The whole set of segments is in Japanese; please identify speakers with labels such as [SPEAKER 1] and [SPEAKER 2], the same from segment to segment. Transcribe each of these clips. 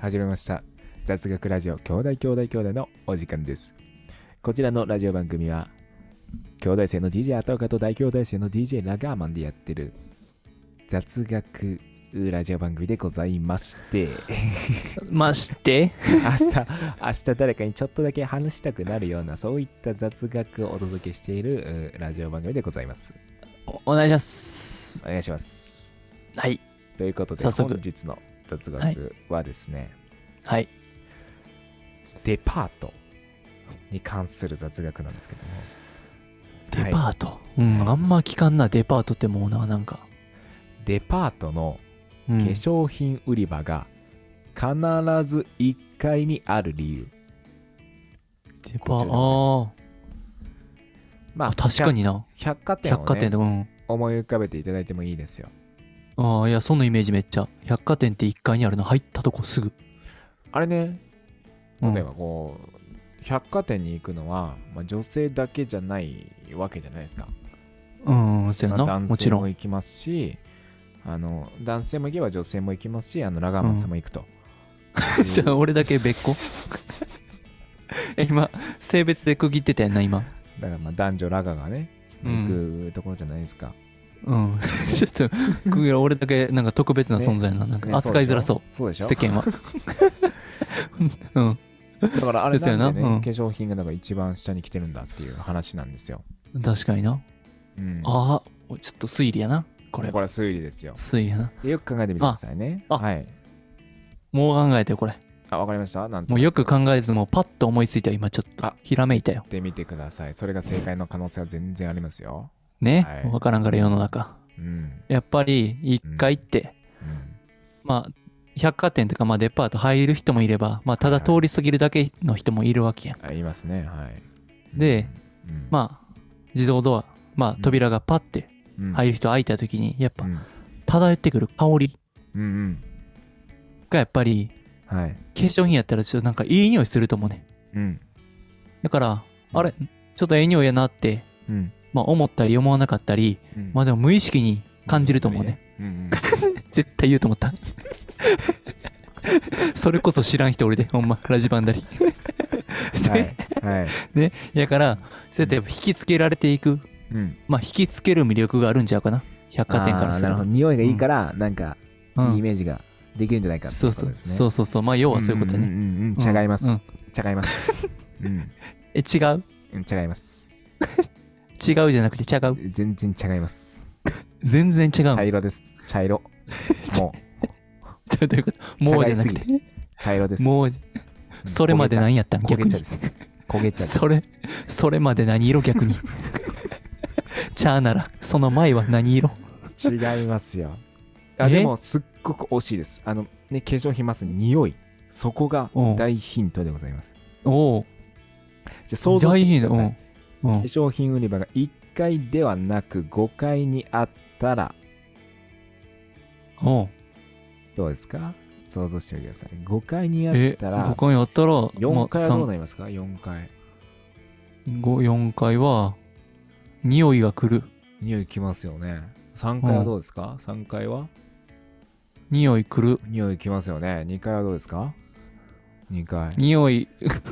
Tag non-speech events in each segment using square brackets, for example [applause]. [SPEAKER 1] 始めました雑学ラジオ兄弟兄弟兄弟のお時間ですこちらのラジオ番組は兄弟生の DJ アタオカと大兄弟生の DJ ラガーマンでやってる雑学ラジオ番組でございまして [laughs]
[SPEAKER 2] まして、
[SPEAKER 1] 明日明日誰かにちょっとだけ話したくなるようなそういった雑学をお届けしているうラジオ番組でございます
[SPEAKER 2] おお願いします。
[SPEAKER 1] お願いします
[SPEAKER 2] はい。
[SPEAKER 1] ということで
[SPEAKER 2] 早速
[SPEAKER 1] 本日の雑
[SPEAKER 2] はい
[SPEAKER 1] 学はですね、
[SPEAKER 2] はい。
[SPEAKER 1] デパートに関する雑学なんですけども
[SPEAKER 2] デ
[SPEAKER 1] はい
[SPEAKER 2] パート。うん、あんま聞かんな、デパートってもうな、なんか。
[SPEAKER 1] デパートの
[SPEAKER 2] うん
[SPEAKER 1] 化粧品売り場が必ず1階にある理由、
[SPEAKER 2] デ
[SPEAKER 1] こちらで
[SPEAKER 2] パー
[SPEAKER 1] ございま
[SPEAKER 2] ト。
[SPEAKER 1] ま
[SPEAKER 2] ああ、確かにな。
[SPEAKER 1] 百貨店を、ね、
[SPEAKER 2] 百貨店で、うん。
[SPEAKER 1] 思い浮かべていただいてもいいですよ
[SPEAKER 2] ああ、いや、そのイメージめっちゃ。百貨店って1階にあるの、入ったとこすぐ。
[SPEAKER 1] あれね
[SPEAKER 2] うん
[SPEAKER 1] 例えばこう、百貨店に行くのは、まあ、女性だけじゃないわけじゃないですか、
[SPEAKER 2] うん、そうや
[SPEAKER 1] まあ
[SPEAKER 2] な。も
[SPEAKER 1] 男
[SPEAKER 2] ち
[SPEAKER 1] 性
[SPEAKER 2] ろ
[SPEAKER 1] も
[SPEAKER 2] ん。
[SPEAKER 1] 行きますしあの男性も行けば女性も行きますしあのラガーマンさんも行くと、
[SPEAKER 2] [laughs] じゃあ、俺だけ別個 [laughs] え、今、性別で区切ってたやんな、今。
[SPEAKER 1] だからまあ男女ラガがね
[SPEAKER 2] うん
[SPEAKER 1] 行くところじゃないですか、
[SPEAKER 2] うん。 [laughs] ちょっと、区切ら俺だけ、なんか特別な存在やな。なんか、
[SPEAKER 1] ね
[SPEAKER 2] 扱いづらそう。
[SPEAKER 1] そうでしょ
[SPEAKER 2] 世間 [laughs] は。うん、
[SPEAKER 1] だからあれ
[SPEAKER 2] ですよ
[SPEAKER 1] な
[SPEAKER 2] なん
[SPEAKER 1] でね、
[SPEAKER 2] うん
[SPEAKER 1] 化粧品がなんか一番下に来てるんだっていう話なんですよ、
[SPEAKER 2] 確かにな。
[SPEAKER 1] うん、
[SPEAKER 2] ああ、ちょっと推理やな。これ
[SPEAKER 1] こ。れは推理ですよ
[SPEAKER 2] 推理やな。
[SPEAKER 1] よく考えてみてくださいね
[SPEAKER 2] ああ
[SPEAKER 1] はい
[SPEAKER 2] もう考えてよ、これ。
[SPEAKER 1] あわかりましたなんと
[SPEAKER 2] もうよく考えず、もうパッと思いついたよ、今ちょっと
[SPEAKER 1] あ。
[SPEAKER 2] ひらめいたよ
[SPEAKER 1] やっ。てみてくださいそれが正解の可能性は全然ありますよ
[SPEAKER 2] ね。
[SPEAKER 1] はい
[SPEAKER 2] わ、からんから、世の中。
[SPEAKER 1] うん、
[SPEAKER 2] やっぱり、一回って、
[SPEAKER 1] うん、
[SPEAKER 2] まあ、百貨店とか、まあ、デパート入る人もいれば、まあ、ただ通り過ぎるだけの人もいるわけやん。
[SPEAKER 1] あ言いますねはい
[SPEAKER 2] で、
[SPEAKER 1] うんうん
[SPEAKER 2] まあ、自動ドア、まあ、扉がパッて
[SPEAKER 1] うん
[SPEAKER 2] 入る人開いた時に、やっ
[SPEAKER 1] う
[SPEAKER 2] ぱ、
[SPEAKER 1] ん
[SPEAKER 2] 漂ってくる香り
[SPEAKER 1] うんうん
[SPEAKER 2] が、やっぱり、
[SPEAKER 1] はい
[SPEAKER 2] 化粧品やったら、ちょっとなんかいい匂いすると思うね。
[SPEAKER 1] うん
[SPEAKER 2] だから、
[SPEAKER 1] うん
[SPEAKER 2] あれ、ちょっとええ匂いやなって、
[SPEAKER 1] うん
[SPEAKER 2] まあ、思ったり思わなかったり、
[SPEAKER 1] うん
[SPEAKER 2] まあでも無意識に感じると思うね。
[SPEAKER 1] うんうん
[SPEAKER 2] 絶対言うと思
[SPEAKER 1] [laughs]
[SPEAKER 2] った。それこそ知らん人俺で、ほんま、ラジバンダリ。
[SPEAKER 1] はいはい
[SPEAKER 2] ね、やから、そうやってやっぱ引きつけられていく、
[SPEAKER 1] [laughs] うん
[SPEAKER 2] まあ引きつける魅力があるんちゃうかな。百貨店から
[SPEAKER 1] あー
[SPEAKER 2] す
[SPEAKER 1] な
[SPEAKER 2] る
[SPEAKER 1] るほ
[SPEAKER 2] と
[SPEAKER 1] ど匂いがいいから、なんか
[SPEAKER 2] うん
[SPEAKER 1] いいイメージができるんじゃないかってい
[SPEAKER 2] そ
[SPEAKER 1] ううこ
[SPEAKER 2] そ
[SPEAKER 1] と
[SPEAKER 2] う
[SPEAKER 1] ですね。
[SPEAKER 2] そうそうそう。まあ要はそういうことや
[SPEAKER 1] ん
[SPEAKER 2] ね。
[SPEAKER 1] んうんうん
[SPEAKER 2] うん
[SPEAKER 1] 違います。
[SPEAKER 2] うん
[SPEAKER 1] 違い
[SPEAKER 2] [laughs]
[SPEAKER 1] ます。うん、
[SPEAKER 2] え、違う
[SPEAKER 1] うん違います。
[SPEAKER 2] 違うじゃなくて違う。
[SPEAKER 1] 全然違います。
[SPEAKER 2] 全然違う。
[SPEAKER 1] 茶色です。茶色。もう、
[SPEAKER 2] [laughs] どういうこともうじゃなく
[SPEAKER 1] 違い
[SPEAKER 2] て。
[SPEAKER 1] 茶色です。
[SPEAKER 2] もう、
[SPEAKER 1] うん
[SPEAKER 2] それまで何やったん
[SPEAKER 1] 焦
[SPEAKER 2] 逆
[SPEAKER 1] げ茶
[SPEAKER 2] に
[SPEAKER 1] で。す。焦げ茶です。
[SPEAKER 2] それ、それまで何色逆に。
[SPEAKER 1] [laughs]
[SPEAKER 2] チャーなら、その前は何色
[SPEAKER 1] 違いますよ。あ
[SPEAKER 2] え
[SPEAKER 1] でも、すっごく惜しいです。あの、ね、化粧品ます匂い。そこが
[SPEAKER 2] うん
[SPEAKER 1] 大ヒントでございます。
[SPEAKER 2] おお、
[SPEAKER 1] じゃあ想像してください。
[SPEAKER 2] 大ヒントうん。う
[SPEAKER 1] 化
[SPEAKER 2] ん
[SPEAKER 1] 粧品売り場が1階ではなく5階にあったら、
[SPEAKER 2] おう
[SPEAKER 1] どうですか想像してみてください。5階にあっ
[SPEAKER 2] え、
[SPEAKER 1] たら、
[SPEAKER 2] 他にあったら、
[SPEAKER 1] 4階はどう
[SPEAKER 2] まあ
[SPEAKER 1] なりますか ?4 階。
[SPEAKER 2] 三五四階は、匂いが来る。
[SPEAKER 1] 匂いきますよね。3階はどうですか、?3 階は
[SPEAKER 2] 匂い来る。
[SPEAKER 1] 匂いきますよね。2階はどうですか ?2 階。
[SPEAKER 2] 匂い、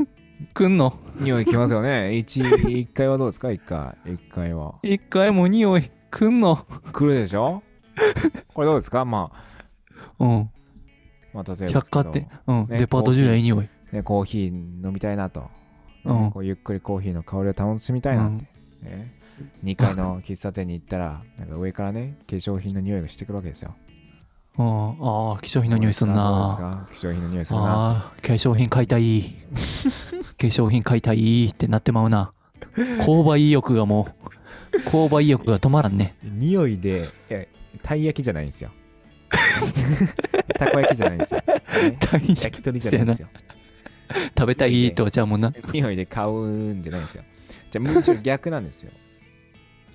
[SPEAKER 2] [laughs] 来んの。
[SPEAKER 1] 匂いきますよね。1、一 [laughs] 階はどうですか ?1 階。1階は。
[SPEAKER 2] 一回も匂い、来んの。
[SPEAKER 1] 来るでしょこれどうですかまあ、
[SPEAKER 2] うん。
[SPEAKER 1] まあ、例えばですけど。
[SPEAKER 2] 百貨店、うん。
[SPEAKER 1] ね
[SPEAKER 2] デパート時代匂い。
[SPEAKER 1] ね、コーヒー飲みたいなと。ね
[SPEAKER 2] うん
[SPEAKER 1] こうゆっくりコーヒーの香りを楽しみたいなって。ね、2階の喫茶店に行ったら、なんか上からね、化粧品の匂いがしてくるわけですよ。
[SPEAKER 2] うん。ああ、化粧品の匂いすんな。
[SPEAKER 1] どうですか化粧品の匂いするな。
[SPEAKER 2] ああ、化粧品買いた
[SPEAKER 1] [laughs]
[SPEAKER 2] い。化粧品買いたいってなってまうな。購買意欲がもう、購買意欲が止まらんね。
[SPEAKER 1] 匂いで、いやたい焼きじゃないんですよ。 [laughs] たこ焼きじゃないんですよ。ね焼き鳥じゃないん
[SPEAKER 2] [laughs]
[SPEAKER 1] ですよ。
[SPEAKER 2] 食べたいとはちゃうもんな。
[SPEAKER 1] 匂いで買うんじゃないんですよ。じゃあ、むしろ逆なんですよ。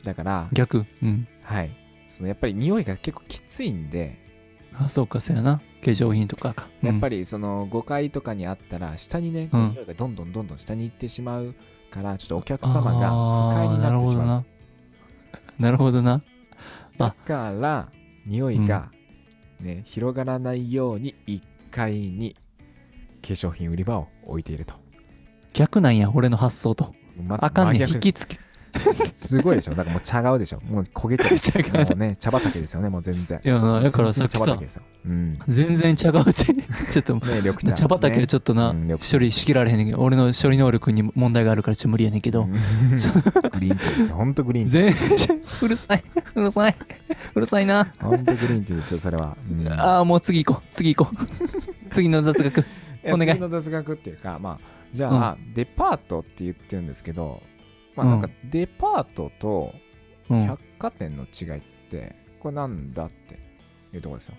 [SPEAKER 1] だから、
[SPEAKER 2] 逆。うん。
[SPEAKER 1] はい。そのやっぱり匂いが結構きついんで、
[SPEAKER 2] あ、そうか、そうやな。化粧品とかか。
[SPEAKER 1] やっぱ
[SPEAKER 2] り。
[SPEAKER 1] りその5階とかにあったら下にね、
[SPEAKER 2] うん
[SPEAKER 1] 匂いがどんどんどんどん下に行ってしまうからちょっとお客
[SPEAKER 2] あ
[SPEAKER 1] 様が不快
[SPEAKER 2] ー
[SPEAKER 1] に
[SPEAKER 2] な
[SPEAKER 1] な
[SPEAKER 2] る
[SPEAKER 1] って
[SPEAKER 2] ほ
[SPEAKER 1] し
[SPEAKER 2] ど
[SPEAKER 1] まう
[SPEAKER 2] な。なるほどな。
[SPEAKER 1] だから匂いが、ね広がらないように1階に粧品売り場を置いていると。
[SPEAKER 2] 逆なんや、俺の発想と。
[SPEAKER 1] ま
[SPEAKER 2] あかんね
[SPEAKER 1] 真
[SPEAKER 2] ん、
[SPEAKER 1] 逆
[SPEAKER 2] 引
[SPEAKER 1] で
[SPEAKER 2] き
[SPEAKER 1] す
[SPEAKER 2] つけ。
[SPEAKER 1] すごいで
[SPEAKER 2] [laughs]
[SPEAKER 1] しょ。なんかもう茶顔でしょ。もう焦げちゃ
[SPEAKER 2] 茶
[SPEAKER 1] う。
[SPEAKER 2] 顔
[SPEAKER 1] もうね、茶畑ですよね、もう全然。
[SPEAKER 2] いや、だからさっき
[SPEAKER 1] 茶
[SPEAKER 2] さ
[SPEAKER 1] 畑、ですよ。
[SPEAKER 2] [laughs]
[SPEAKER 1] うん。ね、
[SPEAKER 2] 全然ちゃ
[SPEAKER 1] [laughs]
[SPEAKER 2] がうて、ちょっと、
[SPEAKER 1] 緑茶。
[SPEAKER 2] 茶畑はちょっとな、
[SPEAKER 1] うん緑茶
[SPEAKER 2] 処理しきられへんねんけど、俺の処理能力に問題があるからちょっと無理やねんけ [laughs] ど、
[SPEAKER 1] うん
[SPEAKER 2] そ
[SPEAKER 1] グリーンティーですよ。ほんとグリーンティ
[SPEAKER 2] 全然、 [laughs] うるさい、うるさい、うるさいな。
[SPEAKER 1] ー。ほんとグリーンティーですよ、それは。うん
[SPEAKER 2] [laughs] ああ、もう次行こう、次行こう。次の雑学。
[SPEAKER 1] え
[SPEAKER 2] お願い
[SPEAKER 1] 次の雑学っていうか、まあ、じゃあ、デパートって言ってるんですけど、まあ、
[SPEAKER 2] うん
[SPEAKER 1] なんかデパートと
[SPEAKER 2] うん
[SPEAKER 1] 百、貨店の違いって、これなんだっていうところですよ。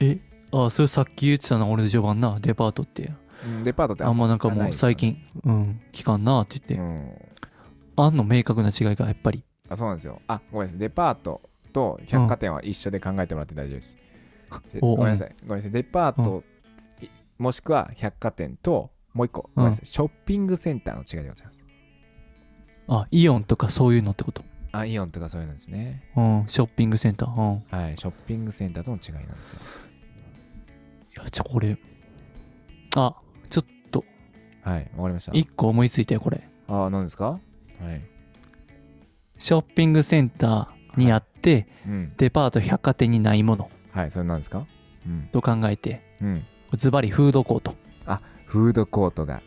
[SPEAKER 2] えああ、それさっき言ってたな、俺の序盤な、デパートって。
[SPEAKER 1] うんデパートって
[SPEAKER 2] あんまなんかもう最
[SPEAKER 1] 聞
[SPEAKER 2] 近、うん、聞かんなって
[SPEAKER 1] か
[SPEAKER 2] 言って、
[SPEAKER 1] ないですよね。うん
[SPEAKER 2] あんの明確な違いがやっぱり。
[SPEAKER 1] あ、そうなんですよ。あ、ごめんなさい。デパートと百貨店は一緒で考えてもらって大丈夫です。で
[SPEAKER 2] お
[SPEAKER 1] ごめんなさい。ごめんなさい。デパート、いもしくは百貨店と、もう一個、ごめんなさい。ショッピングセンターの違いでございます。
[SPEAKER 2] あ、イオンとかそういうのってこと。
[SPEAKER 1] あ、イオンとかそういうのですね。
[SPEAKER 2] うん、ショッピングセンター。うん。
[SPEAKER 1] はい。ショッピングセンターとの違いなんですよ。
[SPEAKER 2] いや、ちょ、これ。あ、ちょっと、
[SPEAKER 1] はい。わかりました。
[SPEAKER 2] 一個思いついたよ、これ。
[SPEAKER 1] あ、何ですかはい。
[SPEAKER 2] ショッピングセンターにあって、
[SPEAKER 1] うん。
[SPEAKER 2] デパート百貨店にないもの
[SPEAKER 1] はい、それなんですかうん。
[SPEAKER 2] と考えて、
[SPEAKER 1] うん。
[SPEAKER 2] ズバリフードコート。
[SPEAKER 1] フードコートが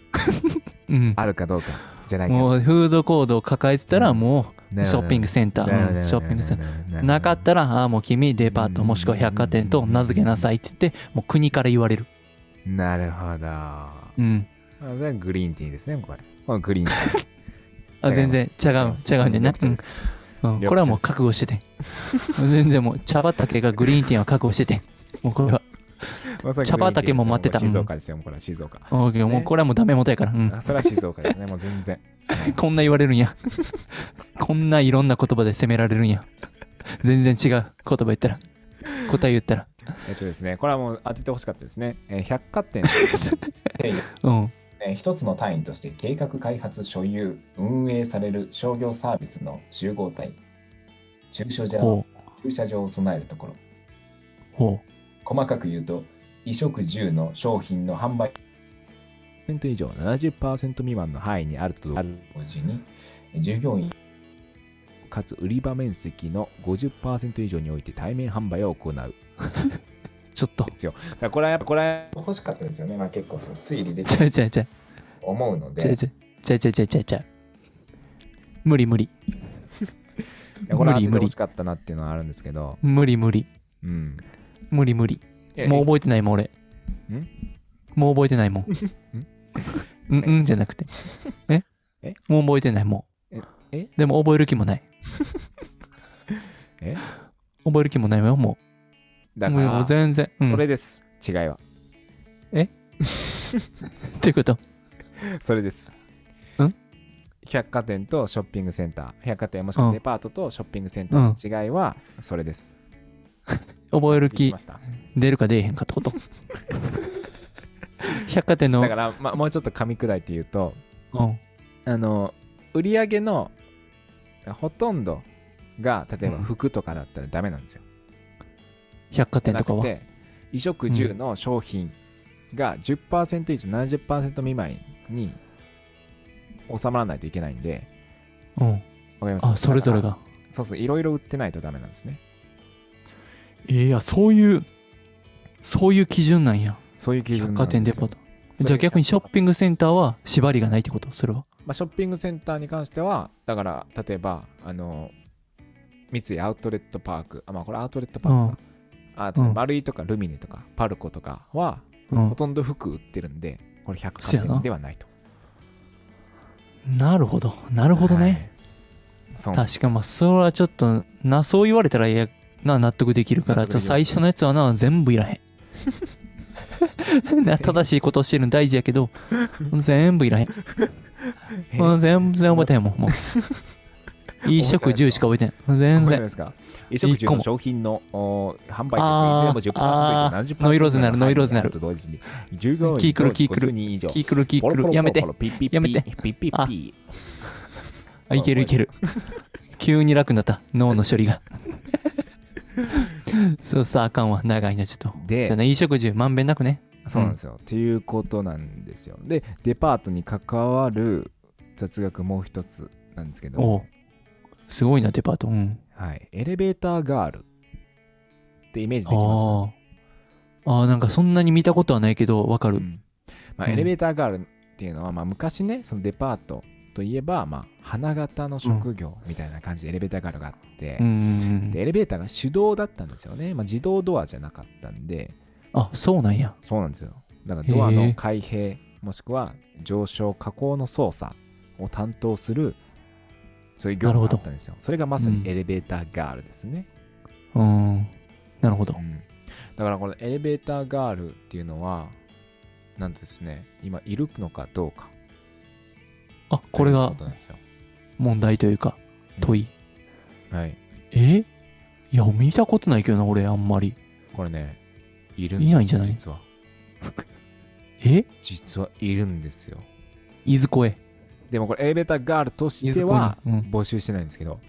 [SPEAKER 2] うん。
[SPEAKER 1] あるかどうかじゃないか。
[SPEAKER 2] もうフードコートを抱えてたら
[SPEAKER 1] うん
[SPEAKER 2] もう
[SPEAKER 1] シ
[SPEAKER 2] ショッピングセンター、うんショッピングセンター。
[SPEAKER 1] タ
[SPEAKER 2] なかったら、ああ、もう君、デパート、
[SPEAKER 1] うん
[SPEAKER 2] もしくは百貨店と名付けなさいって言って、もう国から言われる。
[SPEAKER 1] なるほど。あ
[SPEAKER 2] うん。
[SPEAKER 1] それはグリーンティーですね、これ。これグリーンティー。
[SPEAKER 2] あ全然、違、
[SPEAKER 1] 違いうます
[SPEAKER 2] 違うねんな。
[SPEAKER 1] 緑茶です
[SPEAKER 2] うんうんこれはもう覚悟しててん。全然もう、茶畑がグリーンティーは覚悟しててん。もうこれは、
[SPEAKER 1] まあそれはグリーンティーです
[SPEAKER 2] 茶畑も待ってた
[SPEAKER 1] これ静岡ですよ、これは静岡。
[SPEAKER 2] オーケーもうこれはもうダメ元やから。うん
[SPEAKER 1] あそれは静岡
[SPEAKER 2] [laughs]
[SPEAKER 1] ですね、もう全然。
[SPEAKER 2] こんな言われるんや。こんないろんな言葉で責められるんや。全然違う言葉言ったら。答え言ったら。
[SPEAKER 1] えっとですね、これはもう当ててほしかったですね。えー百貨店。
[SPEAKER 2] うん。
[SPEAKER 3] [laughs] えー一つの単位として計画開発所有運営される商業サービスの集合体駐車場
[SPEAKER 2] ほう。
[SPEAKER 3] 駐車場を備えるところ
[SPEAKER 2] ほ
[SPEAKER 3] 細かく言うと衣食住の商品の販売
[SPEAKER 1] 以上、70%未満の範囲にあるとある
[SPEAKER 3] 同時に従業員
[SPEAKER 1] かつ売り場面積の50%以上において対面販売を行う。だか
[SPEAKER 2] う。ちょっと。 [laughs]
[SPEAKER 1] らこれはやっぱこれは
[SPEAKER 3] 欲しかったですよね、まあ、結構その推理でき
[SPEAKER 2] ち
[SPEAKER 3] る
[SPEAKER 2] ゃうちゃうちゃう。
[SPEAKER 3] と思うの
[SPEAKER 2] ちゃ
[SPEAKER 3] で
[SPEAKER 2] うちゃう。ちゃうちゃうちゃうちゃうちゃう。無理無理。
[SPEAKER 1] いやこれは当
[SPEAKER 2] 無理
[SPEAKER 1] てて
[SPEAKER 2] 無理
[SPEAKER 1] ほしかったなっていうのはあるんですけど、
[SPEAKER 2] 無理無理。
[SPEAKER 1] うん。
[SPEAKER 2] 無理無理。もう覚えてないもん俺。もう覚えてないもん。うんうんじゃ
[SPEAKER 1] [laughs]
[SPEAKER 2] なくて。え
[SPEAKER 1] え
[SPEAKER 2] もう覚えてないもん。
[SPEAKER 1] ええ
[SPEAKER 2] でも覚える気もない。
[SPEAKER 1] え
[SPEAKER 2] 覚える気もないわよ、もう。
[SPEAKER 1] だか
[SPEAKER 2] もう
[SPEAKER 1] ら、
[SPEAKER 2] 全然。うん
[SPEAKER 1] それです。違いは。
[SPEAKER 2] っていうこと。
[SPEAKER 1] それです。
[SPEAKER 2] ん
[SPEAKER 1] 百貨店とショッピングセンター、百貨店もしくはデパートとショッピングセンターの違いは、それです。
[SPEAKER 2] 覚える
[SPEAKER 1] でき
[SPEAKER 2] 気
[SPEAKER 1] ました。
[SPEAKER 2] 出るか出えへんかっ
[SPEAKER 1] [laughs]
[SPEAKER 2] てこと百貨店の
[SPEAKER 1] だから、まあ、もうちょっと噛み砕いて言うと、
[SPEAKER 2] うん
[SPEAKER 1] あの、売り上げのほとんどが、例えば
[SPEAKER 2] うん
[SPEAKER 1] 服とかだったらダメなんですよ。
[SPEAKER 2] 百貨
[SPEAKER 1] じゃ
[SPEAKER 2] 店
[SPEAKER 1] な
[SPEAKER 2] とか
[SPEAKER 1] く
[SPEAKER 2] は
[SPEAKER 1] て、衣食住の商品が10%以上、70%未満に収まらないといけないんで、
[SPEAKER 2] うん
[SPEAKER 1] わかります
[SPEAKER 2] あそれぞれ。
[SPEAKER 1] だか
[SPEAKER 2] が
[SPEAKER 1] らそうそう、いろいろ売ってないとダメなんですね。
[SPEAKER 2] いやそういうそういう基準なんや
[SPEAKER 1] そういう基準
[SPEAKER 2] 百
[SPEAKER 1] な
[SPEAKER 2] 貨
[SPEAKER 1] んですよ
[SPEAKER 2] 店デパート
[SPEAKER 1] それ
[SPEAKER 2] じゃあ逆にショッピングセンターは縛りがないってことそれは
[SPEAKER 1] まあ、ショッピングセンターに関しては、だから、例えば、あの、三井アウトレットパーク、あ、まあ、これアウトレットパークか、あと
[SPEAKER 2] うん
[SPEAKER 1] 丸井とかルミネとか、パルコとかは、
[SPEAKER 2] う
[SPEAKER 1] ほ
[SPEAKER 2] ん
[SPEAKER 1] とんど服売ってるんで、これ百貨
[SPEAKER 2] そうや
[SPEAKER 1] 店
[SPEAKER 2] な
[SPEAKER 1] ではないと。
[SPEAKER 2] なるほどなるほどね、
[SPEAKER 1] はい。そうなんです
[SPEAKER 2] 確かまあそれはちょっとなそう言われたらいやな納得できるから
[SPEAKER 1] 納得できます
[SPEAKER 2] 最初のやつはな全部いらへ
[SPEAKER 1] [laughs]
[SPEAKER 2] んな正しいことをしてるの大事やけど全部いらへん
[SPEAKER 1] え
[SPEAKER 2] うん全然覚えてへん
[SPEAKER 1] [laughs]
[SPEAKER 2] もんもう衣食住しか覚えてない全
[SPEAKER 1] 覚えてないで
[SPEAKER 2] 然
[SPEAKER 1] すか衣食住の商品のお販売
[SPEAKER 2] あ
[SPEAKER 1] 額
[SPEAKER 2] ー
[SPEAKER 1] いずれも10%以上70%
[SPEAKER 2] ノイローゼなるノイローゼなる
[SPEAKER 1] と同時に従業員
[SPEAKER 2] キークルキークル
[SPEAKER 1] 50人以上
[SPEAKER 2] キークルキー
[SPEAKER 1] ポロ
[SPEAKER 2] ク
[SPEAKER 1] ポロポロポ
[SPEAKER 2] ル
[SPEAKER 1] ロ
[SPEAKER 2] やめて
[SPEAKER 1] ピッピッピ
[SPEAKER 2] やめて
[SPEAKER 1] ピッピッピ
[SPEAKER 2] あ
[SPEAKER 1] ッ
[SPEAKER 2] あいけるいける [laughs] 急に楽になった脳の処理が [laughs] そうさあかんわ長いなちょっと
[SPEAKER 1] で
[SPEAKER 2] そうやな衣食住まんべんなくね
[SPEAKER 1] そうなんですよ、っていうことなんですよでデパートに関わる雑学もう一つなんですけど
[SPEAKER 2] おうすごいなデパートうん
[SPEAKER 1] はい、エレベーターガールってイメージで
[SPEAKER 2] あ
[SPEAKER 1] きま
[SPEAKER 2] ーあーなんかそんなに見たことはないけどわか
[SPEAKER 1] す、
[SPEAKER 2] る、
[SPEAKER 1] うんまあ、
[SPEAKER 2] うん
[SPEAKER 1] エレベーターガールっていうのは、まあ、昔ねそのデパートといえば、まあ、花形の職業みたいな感じでエレベーターガールがあって、
[SPEAKER 2] うんうんうん
[SPEAKER 1] でエレベーターが手動だったんですよね、まあ、自動ドアじゃなかったんで
[SPEAKER 2] あそうなんや
[SPEAKER 1] そうなんですよだからドアの開閉もしくは上昇下降の操作を担当するそういう業務
[SPEAKER 2] なるほ
[SPEAKER 1] だ
[SPEAKER 2] ど
[SPEAKER 1] ったんですよそれがまさ
[SPEAKER 2] うん
[SPEAKER 1] にエレベーターガールですね、
[SPEAKER 2] うんなるほど
[SPEAKER 1] うんだからこのエレベーターガールっていうのはなんとですね今いるのかどうか
[SPEAKER 2] あこれ
[SPEAKER 1] という
[SPEAKER 2] が
[SPEAKER 1] となんですよ
[SPEAKER 2] 問題というか問い、
[SPEAKER 1] はい
[SPEAKER 2] えいや見たことないけどな俺あんまり
[SPEAKER 1] これねいる
[SPEAKER 2] いないんじゃない
[SPEAKER 1] 実は
[SPEAKER 2] え
[SPEAKER 1] 実はいるんですよ
[SPEAKER 2] いずこへ
[SPEAKER 1] でもこれエレベーターガールとし
[SPEAKER 2] い
[SPEAKER 1] て
[SPEAKER 2] ずこ
[SPEAKER 1] は
[SPEAKER 2] にうん
[SPEAKER 1] 募集してないんですけど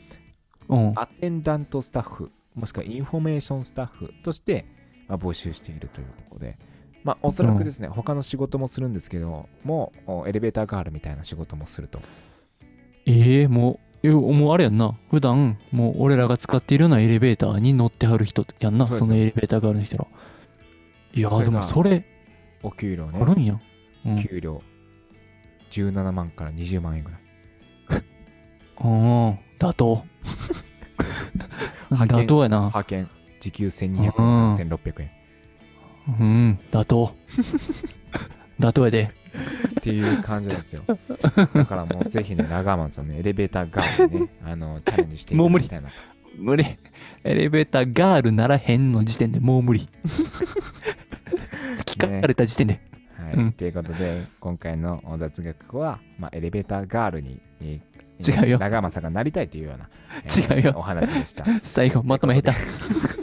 [SPEAKER 2] うん
[SPEAKER 1] アテンダントスタッフもしくはインフォメーションスタッフとして、まあ募集しているというところでまあおそらくですね、他の仕事もするんですけどもうおエレベーターガールみたいな仕事もすると
[SPEAKER 2] ええもうえもうあれやんな普段もう俺らが使っているようなエレベーターに乗ってはる人やんな
[SPEAKER 1] そう
[SPEAKER 2] そ
[SPEAKER 1] です
[SPEAKER 2] のエレベーターがある人らいや
[SPEAKER 1] それ
[SPEAKER 2] ー
[SPEAKER 1] が
[SPEAKER 2] でもそれ
[SPEAKER 1] お給料ね
[SPEAKER 2] あるんや、うん、
[SPEAKER 1] 給料17万から20万円ぐらい
[SPEAKER 2] うん妥 [laughs] 当
[SPEAKER 1] 派遣
[SPEAKER 2] 妥当やな
[SPEAKER 1] 派遣時給1200円から1600円
[SPEAKER 2] うん妥当妥当やで
[SPEAKER 1] っていう感じなん
[SPEAKER 2] [laughs]
[SPEAKER 1] ですよだからもうぜひね長マンさんねエレベーターガールにねあのチャレンジしてい
[SPEAKER 2] もう
[SPEAKER 1] ただ
[SPEAKER 2] 無
[SPEAKER 1] き
[SPEAKER 2] 理
[SPEAKER 1] たいな
[SPEAKER 2] 無理エレベーターガールならへんの時点でもう [laughs] 無理聞かれた時点で、
[SPEAKER 1] はい、
[SPEAKER 2] うん
[SPEAKER 1] ということで今回のお雑学は、まあ、エレベーターガールに、え
[SPEAKER 2] 違うよ
[SPEAKER 1] 長マンさんがなりたいというような、
[SPEAKER 2] 違うよ
[SPEAKER 1] お話で
[SPEAKER 2] [laughs]
[SPEAKER 1] した
[SPEAKER 2] 最後まとめ下手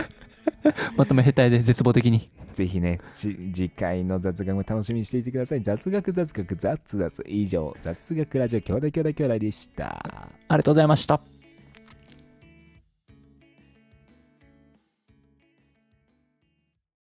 [SPEAKER 2] [laughs] まとめ下手やで絶望的に
[SPEAKER 1] ぜひね、ち次回の雑学も楽しみにしていてください。雑学、雑学、雑雑。以上、雑学ラジオ兄弟兄弟兄弟でした。
[SPEAKER 2] ありがとうございました